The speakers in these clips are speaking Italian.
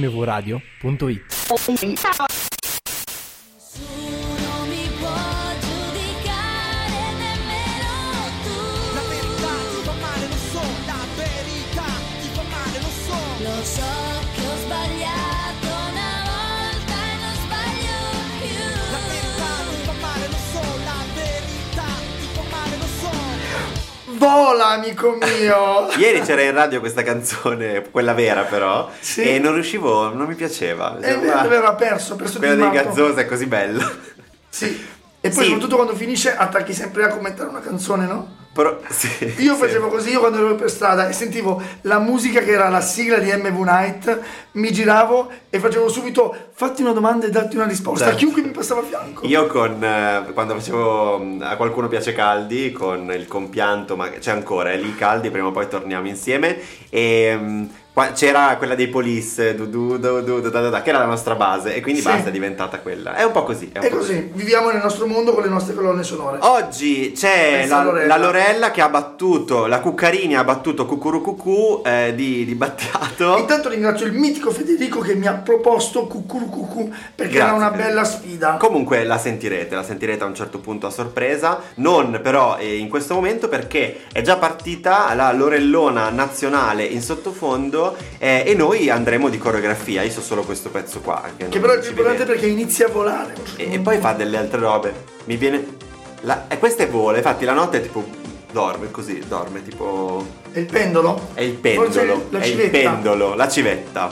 mvradio.it Nessuno mi può giudicare, nemmeno tu. La verità ti fa male, lo so, la verità ti fa male, lo so. Lo so che ho sbagliato una volta e non sbaglio più. La verità ti fa male, lo so, la verità ti fa male, lo so. Vola, amico mio! Ieri c'era in radio questa canzone, quella vera però, Sì. Eh, e non riuscivo, non mi piaceva. "Ah, È vero, mi era perso, ho perso Quella di dei matto. Gazzosa è così bella. Sì. E poi Sì. soprattutto quando finisce attacchi sempre a commentare una canzone, no? Però, sì, Io sì. facevo così, io quando ero per strada e sentivo la musica che era la sigla di MV Night, mi giravo e facevo subito fatti una domanda e datti una risposta a Certo. chiunque mi passava a fianco. Io con eh, quando facevo mm, a qualcuno piace Caldi con il compianto, ma c'è ancora, è lì Caldi, prima o poi torniamo insieme. E mm, qua- c'era quella dei Police, du- du- du- du- du- da- da- da, che era la nostra base, e quindi Sì. basta, è diventata quella. È un po' così. È un È po' così, viviamo nel nostro mondo con le nostre colonne sonore. Oh, Oggi c'è Pensa la, a Lorella. la Lorella che ha battuto, la Cuccarini ha battuto Cucurucucù eh, di, di Battiato. Intanto ringrazio il mitico Federico che mi ha proposto Cucurucucù perché era Grazie, una Federico. bella sfida. Comunque la sentirete, la sentirete a un certo punto a sorpresa, non però eh, in questo momento perché è già partita la Lorellona nazionale in sottofondo eh, e noi andremo di coreografia, io so solo questo pezzo qua. Che, che non però è si più importante vede. perché inizia a volare. E, e poi fa delle altre robe, mi viene... La... E questa è vola, infatti la notte è tipo... dorme così, dorme tipo... E il pendolo? È il Forse pendolo, la è il civetta. pendolo, la civetta.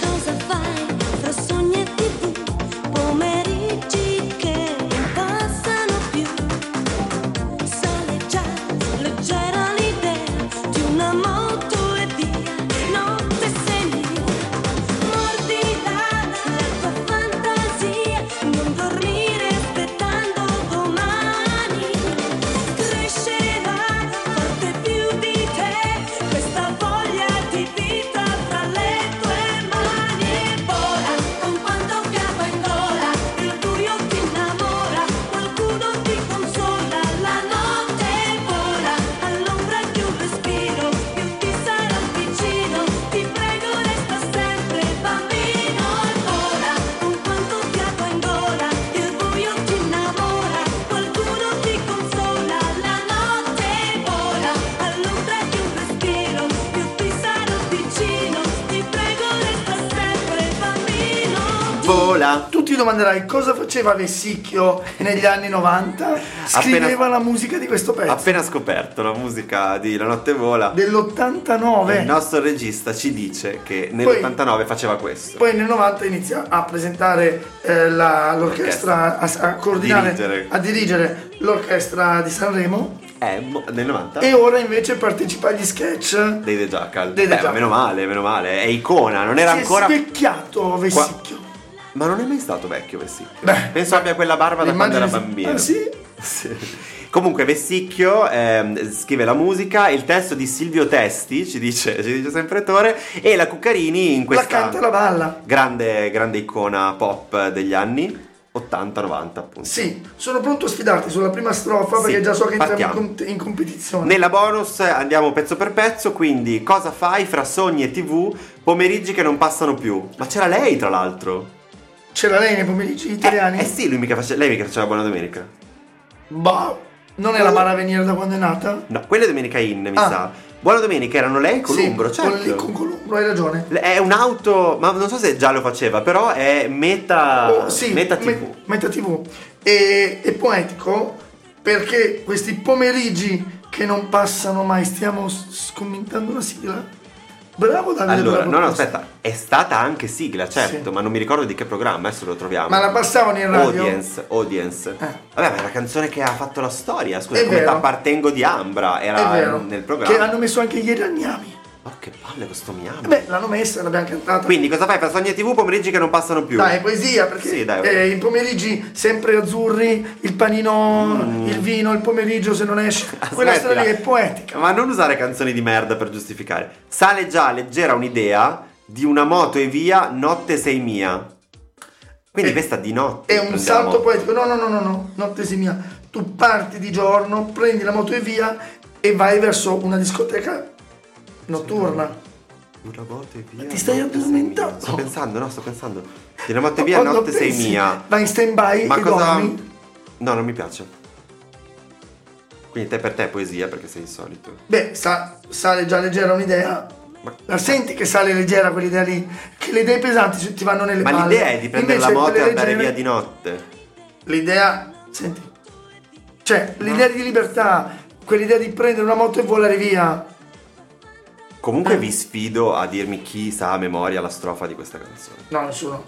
Cosa fai tra sogni e tv? Pomeriggi che non passano più. Sale già leggera l'idea di una moto e via. Notte sei lì, mordita dalla tua fantasia. Non dormire aspettando domani. Crescerà forte più di te questa voglia di vita tra le tue mani e vola con quanto fiato in gola il buio ti innamora qualcuno ti consola la notte vola all'ombra di un respiro io ti sarò vicino ti prego resta sempre bambino vola con quanto fiato in gola il buio ti innamora qualcuno ti consola la notte vola all'ombra di un respiro io ti sarò vicino ti prego resta sempre bambino Vola. Tu ti domanderai cosa faceva Vessicchio negli anni 90? Scriveva Appena- la musica di questo pezzo. Appena scoperto la musica di La notte vola. Dell'89. Il nostro regista ci dice che nell'89 faceva questo. Poi nel 90 inizia a presentare eh, la- l'orchestra, a, a coordinare, Dirigere. a dirigere l'orchestra di Sanremo Eh, mo- nel 90 e ora invece partecipa agli sketch. dei The Jackal. Dei The Beh, Jackal. meno male, meno male. È icona, non era si ancora. è specchiato Vessicchio. Ma non è mai stato vecchio Vessicchio. Beh. Penso abbia quella barba da quando L'immagine era si- bambino. Ah, sì? Sì. Comunque Vessicchio ehm, scrive la musica, il testo di Silvio Testi, ci dice, ci dice sempre Tore, e la Cuccarini in questa... La canta e la balla. grande, grande icona pop degli anni 80-90 appunto. Sì, sono pronto a sfidarti sulla prima strofa Sì, perché già so che entriamo in, partiamo. com- in competizione. Nella bonus andiamo pezzo per pezzo, quindi cosa fai fra sogni e tv, pomeriggi che non passano più. Ma c'era lei tra l'altro. C'era lei nei pomeriggi italiani? Eh, eh sì, lui mica faceva, lei mica faceva Buona Domenica. Bah, Boh, non Oh. è la Mara Veniera da quando è nata? No, quella è Domenica In, mi Ah. sa. Buona Domenica erano lei e Columbro, Sì, certo. con, con Columbro, hai ragione. Le- È un'auto, ma non so se già lo faceva, però è meta, Oh, sì, meta me- tv. Meta TV. E, e poetico perché questi pomeriggi che non passano mai, stiamo s- scommentando la sigla. Bravo Davide. Allora, bravo no, no, questo. aspetta, è stata anche sigla, certo, Sì. ma non mi ricordo di che programma, adesso lo troviamo. Ma la passavano in radio? Eh. Audience, audience. Vabbè, ma è la canzone che ha fatto la storia, scusa, È come vero. t'appartengo di Ambra, È era vero. nel Che programma. l'hanno messo anche ieri a Miami. Oh, che palle questo Miami. Beh, l'hanno messa, l'abbiamo cantata. Quindi cosa fai? Fa sogni TV pomeriggi che non passano più. Dai, poesia, perché Sì, dai. eh, i pomeriggi sempre azzurri, il panino, Mm. il vino, il pomeriggio se non esce. Quella storia Smettila. lì è poetica. Ma non usare canzoni di merda per giustificare. Sale già leggera un'idea di una moto e via, notte sei mia. Quindi È- questa di notte. È un prendiamo. salto poetico. No, no, no, no, no, notte sì mia. Tu parti di giorno, prendi la moto e via e vai verso una discoteca notturna. Una notte via. ti stai notte sei addormentando? mia. Sto pensando, no, sto pensando. Di una notte via, notte sei mia. Vai in stand by Ma e cosa. dormi. No, non mi piace. Quindi te per te è poesia perché sei insolito. Beh, sa- sale già leggera un'idea. Ma- La senti che sale leggera quell'idea lì? Che le idee pesanti se- ti vanno nelle Ma palle. l'idea è di prendere Invece la moto e quelle andare leggere- via di notte. L'idea, senti, cioè l'idea di libertà, quell'idea di prendere una moto e volare via. Comunque Eh. vi sfido a dirmi chi sa a memoria la strofa di questa canzone. No, nessuno.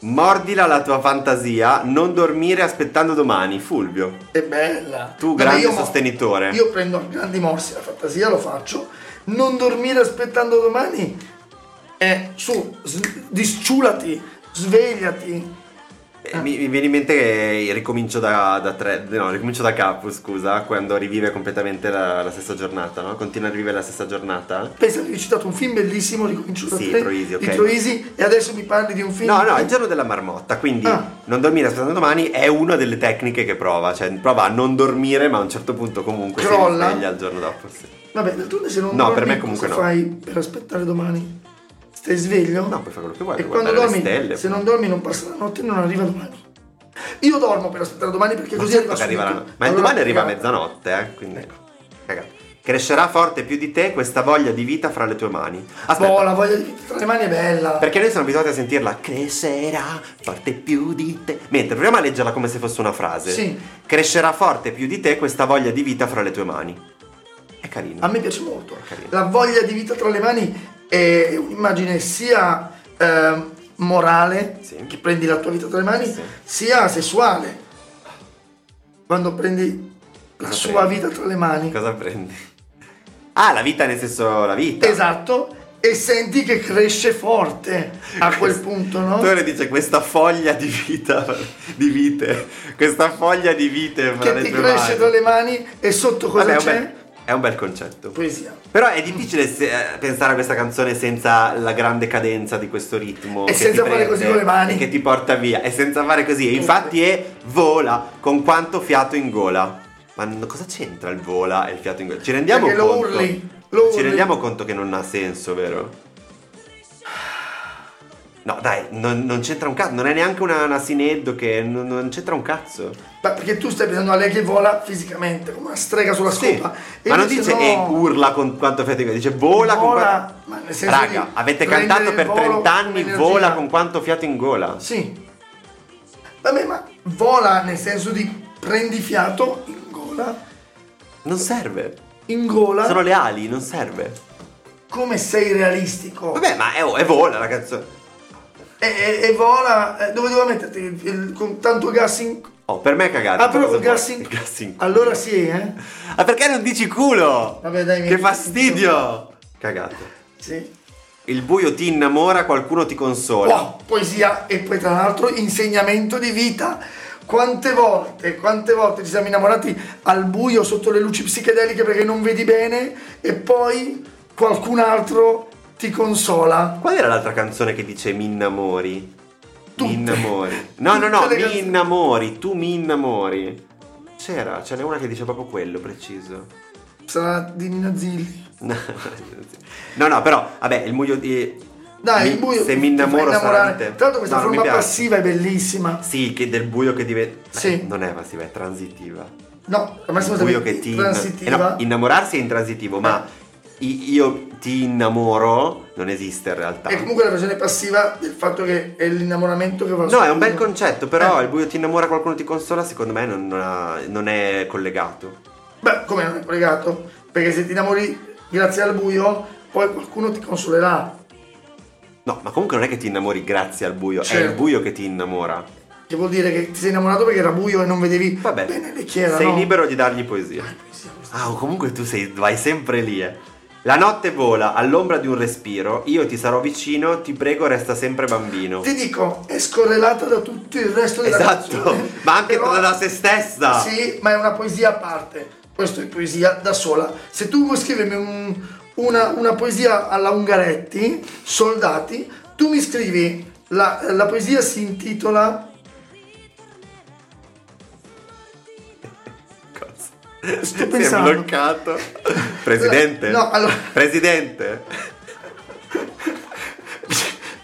Mordila la tua fantasia, non dormire aspettando domani, Fulvio. È bella. Tu, Vabbè, grande io mo- sostenitore. Io prendo a grandi morsi la fantasia, lo faccio. Non dormire aspettando domani. Eh, su, s- disciulati, svegliati. Eh, Mi, mi viene in mente che ricomincio da, da tre, no, ricomincio da capo, scusa, quando rivive completamente la, la stessa giornata, no? Continua a rivivere la stessa giornata. Pensa che vi ho citato un film bellissimo, ricomincio da Sì, te, Troisi, ok. di Troisi, e adesso mi parli di un film. No, no, è il giorno della marmotta, quindi Ah. non dormire aspettando domani è una delle tecniche che prova, cioè prova a non dormire, ma a un certo punto comunque si Crolla. risveglia il giorno dopo. sì. Vabbè, d'altronde se non No, per dormi, me comunque cosa no. fai per aspettare domani? Stai sveglio? No, puoi fare quello che vuoi, E puoi quando guardare le dormi, stelle. se non dormi non passa la notte e non arriva domani. Io dormo per aspettare domani perché Ma così certo arriva che arriva la subito. no- Ma il Allora, domani arriva a cagata. mezzanotte, eh, quindi Ecco. cagata. Crescerà forte più di te questa voglia di vita fra le tue mani. Aspetta, Boh, la voglia di tra le mani è bella. Perché noi siamo abituati a sentirla crescerà forte più di te. Mentre proviamo a leggerla come se fosse una frase. Sì. Crescerà forte più di te questa voglia di vita fra le tue mani. È carino. A me piace molto. Carino. La voglia di vita tra le mani è un'immagine sia ehm, morale, Sì. che prendi la tua vita tra le mani, Sì. sia sessuale. Quando prendi la Cosa sua prendi? vita tra le mani. Cosa prendi? Ah, la vita nel senso la vita. Esatto. E senti che cresce forte a quel punto, no? Tore dice questa foglia di vita, di vite, questa foglia di vite fra Che le ti tue cresce mani. tra le cioè? mani e sotto cosa Vabbè, è, un c'è? bel, è un bel concetto. Poesia. Però è difficile se- eh, pensare a questa canzone senza la grande cadenza di questo ritmo. E senza ti fare prende così con le mani. e Che ti porta via. E senza fare così. E infatti è vola con quanto fiato in gola. Ma n- cosa c'entra il vola e il fiato in gola? Ci rendiamo Perché lo conto. urli, lo Ci urli. rendiamo conto che non ha senso, vero? No, dai, non, non c'entra un cazzo. Non è neanche una, una sineddo che non, non c'entra un cazzo. Ma perché tu stai pensando a lei che vola fisicamente, come una strega sulla Sì. scopa. E Ma non invece dice no. e urla con quanto fiato in gola, dice vola, con Vola, quanto. ma nel senso Raga, di avete prendere cantato il per volo 30 con anni energia. vola con quanto fiato in gola. Sì. Vabbè, ma vola nel senso di prendi fiato in gola, Non serve. in gola, Sono le ali, non serve. come sei realistico. Vabbè, ma è, oh, è vola la canzone. E, e- e vola, eh, dove doveva metterti il- il- con tanto gas in... Oh, per me è cagata. Ah, però Cosa con gas vuoi? in... Gas in culo. Allora sì, eh? Ah, perché non dici culo? Vabbè, dai, mi- Che fastidio. Cagato. Sì. Il buio ti innamora, qualcuno ti consola. Wow, poesia e poi tra l'altro insegnamento di vita. Quante volte, quante volte ci siamo innamorati al buio sotto le luci psichedeliche perché non vedi bene e poi qualcun altro ti consola. Qual era l'altra canzone che dice mi innamori? Tutte. Mi innamori. No, no, no, Tutte le mi canzoni. innamori, tu mi innamori. C'era, ce n'è una che dice proprio quello, preciso. Sarà di Nina Zilli. No, no, no, però, vabbè, il buio di... Dai, mi- il buio Se ti mi innamoro fa sarà innamorare. di te. Tra l'altro questa No, non mi forma piace. passiva è bellissima. Sì, che del buio che diventa... Sì. Eh, non è passiva, è transitiva. No, la massima il buio che ti... transitiva. eh, no, innamorarsi è intransitivo, ma i- io ti innamoro non esiste in realtà. E comunque la versione passiva del fatto che è l'innamoramento che va No, è sotto. un bel concetto, però Eh. il buio ti innamora, qualcuno ti consola, secondo me non, non ha- non è collegato. Beh, come non è collegato? Perché se ti innamori grazie al buio, poi qualcuno ti consolerà. No, ma comunque non è che ti innamori grazie al buio, è Certo. il buio che ti innamora. Che vuol dire che ti sei innamorato perché era buio e non vedevi Vabbè, bene le chiere. sei no? libero di dargli poesia. Ah, o comunque tu sei, vai sempre lì, eh. La notte vola all'ombra di un respiro, io ti sarò vicino, ti prego resta sempre bambino. Ti dico, è scorrelata da tutto il resto della Esatto, canzone. ma anche Però- da se stessa. Sì, ma è una poesia a parte. Questo è poesia da sola. Se tu vuoi scrivermi un- una, una poesia alla Ungaretti, soldati, tu mi scrivi. La, la poesia si intitola Cosa? Sto Si è pensando. bloccato. Presidente? No, allora- Presidente?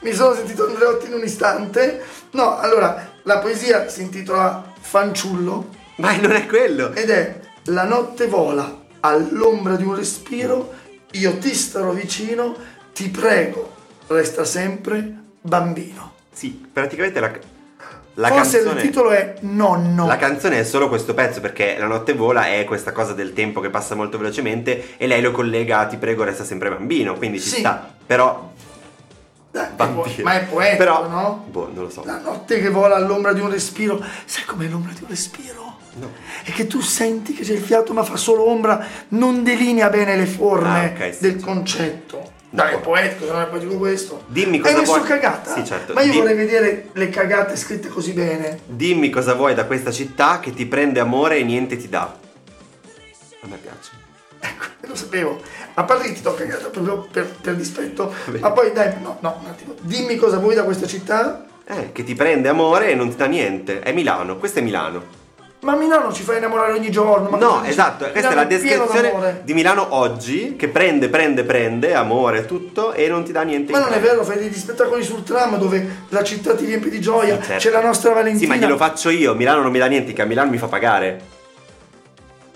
mi sono sentito Andreotti in un istante. No, allora, la poesia si intitola Fanciullo Ma non è quello. ed è La notte vola all'ombra di un respiro, io ti starò vicino, ti prego, resta sempre bambino. Sì, praticamente la, la Forse canzone... il titolo è Nonno. La canzone è solo questo pezzo perché La notte vola è questa cosa del tempo che passa molto velocemente e lei lo collega a Ti prego resta sempre bambino, quindi ci Sì. sta. Però... Dai, è Bambino. po- ma è poetico, Però- no? Boh, non lo so. La notte che vola all'ombra di un respiro. Sai com'è l'ombra di un respiro? No. È che tu senti che c'è il fiato, ma fa solo ombra, non delinea bene le forme Ah, ok, sì, del sì. concetto. Dai, è poetico, se non è poetico questo. Dimmi Hai cosa messo vuoi- cagata. Sì, certo. Ma io Di- vorrei vedere le cagate scritte così bene. Dimmi cosa vuoi da questa città che ti prende amore e niente ti dà. A me piace. Ecco, lo sapevo. A parte che ti tocca cagata proprio per, per dispetto. bene. Ma poi dai, no, no, un attimo. Dimmi cosa vuoi da questa città. Eh, che ti prende amore e non ti dà niente. È Milano, questo è Milano. Ma a Milano ci fai innamorare ogni giorno. Ma cosa No, dici? esatto, questa è Milano la pieno d'amore. descrizione di Milano oggi che prende, prende, prende, amore, tutto e non ti dà niente. Ma in non è cambio. vero, fai degli spettacoli sul tram dove la città ti riempie di gioia, Sì, certo. c'è la nostra Valentina. Sì, ma glielo faccio io, Milano non mi dà niente, che a Milano mi fa pagare.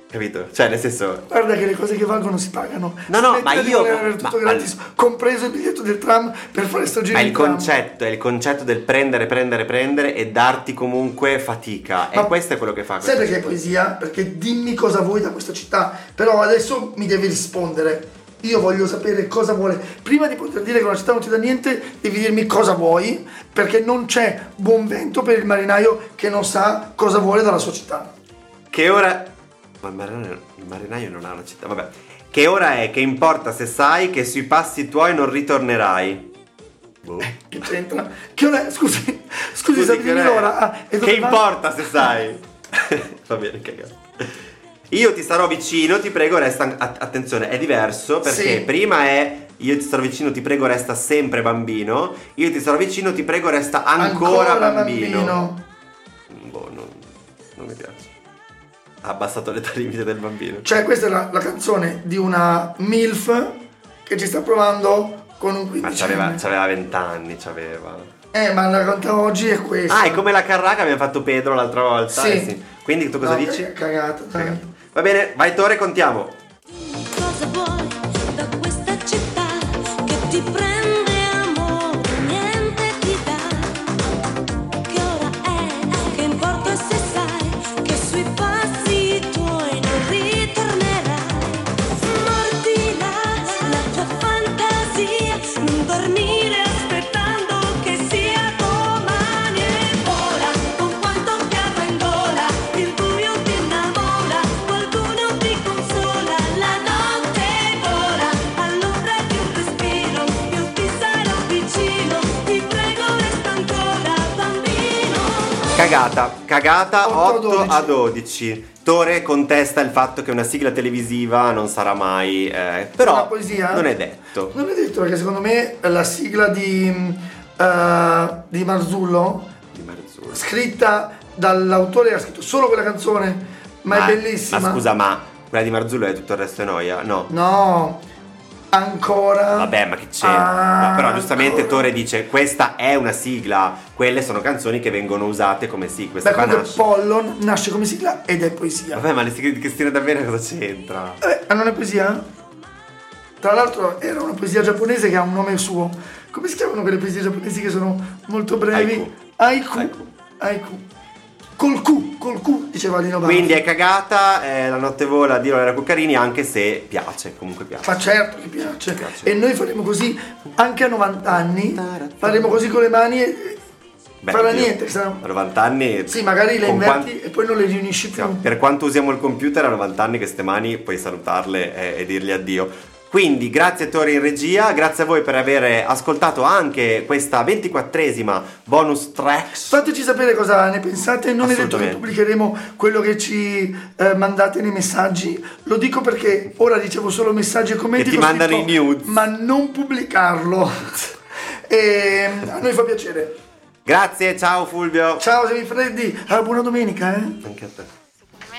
Capito? Cioè, nel senso... Guarda che le cose che valgono si pagano. No, no, Smettila ma di io- voler avere tutto ma- gratis, compreso il biglietto del tram per fare sto giro Ma di il tram. concetto, è il concetto del prendere, prendere, prendere e darti comunque fatica. Ma- E questo è quello che Sai fa. questa perché è gente. poesia? Perché dimmi cosa vuoi da questa città, però adesso mi devi rispondere. Io voglio sapere cosa vuole. Prima di poter dire che una città non ti dà niente, devi dirmi cosa vuoi, perché non c'è buon vento per il marinaio che non sa cosa vuole dalla sua città. Che ora... Ma il marinaio, il marinaio non ha una città, vabbè. Che ora è che importa se sai che sui passi tuoi non ritornerai? Boh. Che c'entra? Che ora è? Scusi, scusi, Scusi, scusi che ora è? l'ora. Ah, e dove che va? importa se sai? Va bene, cagato. Io ti starò vicino, ti prego, resta. an- att- attenzione, è diverso perché Sì. prima è. Io ti starò vicino, ti prego, resta sempre bambino. Io ti starò vicino, ti prego, resta ancora, bambino. Boh, non, non mi piace. Ha abbassato l'età limite del bambino. Cioè, questa è la, la canzone di una MILF che ci sta provando con un Ma c'aveva, 15 c'aveva 20 anni, c'aveva. Eh, ma la canta oggi è questa. Ah, è come la carraca che abbiamo fatto Pedro l'altra volta. Sì. eh sì. Quindi tu cosa No, dici? è Cagata, dai. Cagato. Va bene, vai Tore, contiamo. Cosa vuoi da questa città che ti prende amore, niente ti dà? Che ora è, che importa se sai che sui passi tuoi non ritornerai? Mordila la tua fantasia, non dormire aspettando che sia domani e vola con quanto piava in gola, il buio ti innamora, qualcuno ti consola, la notte vola, all'ombra di un respiro, io ti sarò vicino, ti prego resta ancora bambino. Cagata, cagata 8, Otto a a 12. Tore contesta il fatto che una sigla televisiva non sarà mai. eh, però Una poesia? non è detto. Non è detto perché secondo me la sigla di, mh, eh, di Marzullo, Di Marzullo. scritta dall'autore che ha scritto solo quella canzone, ma, è bellissima. Ah, Ma scusa, ma quella di Marzullo è tutto il resto è noia? No. No, ancora. Vabbè, ma che c'entra? Ah, No, però giustamente ancora. Tore dice: questa è una sigla, quelle sono canzoni che vengono usate come sigla. Questa Da qua quando nasce. Pollon nasce come sigla ed è poesia. Vabbè, ma le sigle di Cristina D'Avena cosa c'entra? Eh, ma non è poesia? Tra l'altro era una poesia giapponese che ha un nome suo. Come si chiamano quelle poesie giapponesi che sono molto brevi? Haiku. Haiku. Haiku. Col Q, col Q, diceva Lino Banfi. Quindi è cagata, eh, la notte vola di Lorena Cuccarini, anche se piace, comunque piace. Ma certo che piace. Piace. E noi faremo così anche a 90 anni. Faremo così con le mani e... Beh, farà oddio, niente. sarà- A 90 anni. Sì, magari le con Esatto. inverti quanti- e poi non le riunisci più. no, per quanto usiamo il computer, a 90 anni queste mani puoi salutarle e, e dirgli addio. Quindi grazie Tori in regia, grazie a voi per aver ascoltato anche questa 24esima bonus tracks. Fateci sapere cosa ne pensate, non è detto che Assolutamente. pubblicheremo quello che ci eh, mandate nei messaggi, lo dico perché ora ricevo solo messaggi e commenti Che ti con mandano scritto, i nudes. ma non pubblicarlo. e a noi fa piacere. Grazie, ciao Fulvio. Ciao Semifreddi, ah, buona domenica, eh. Anche a te. Per me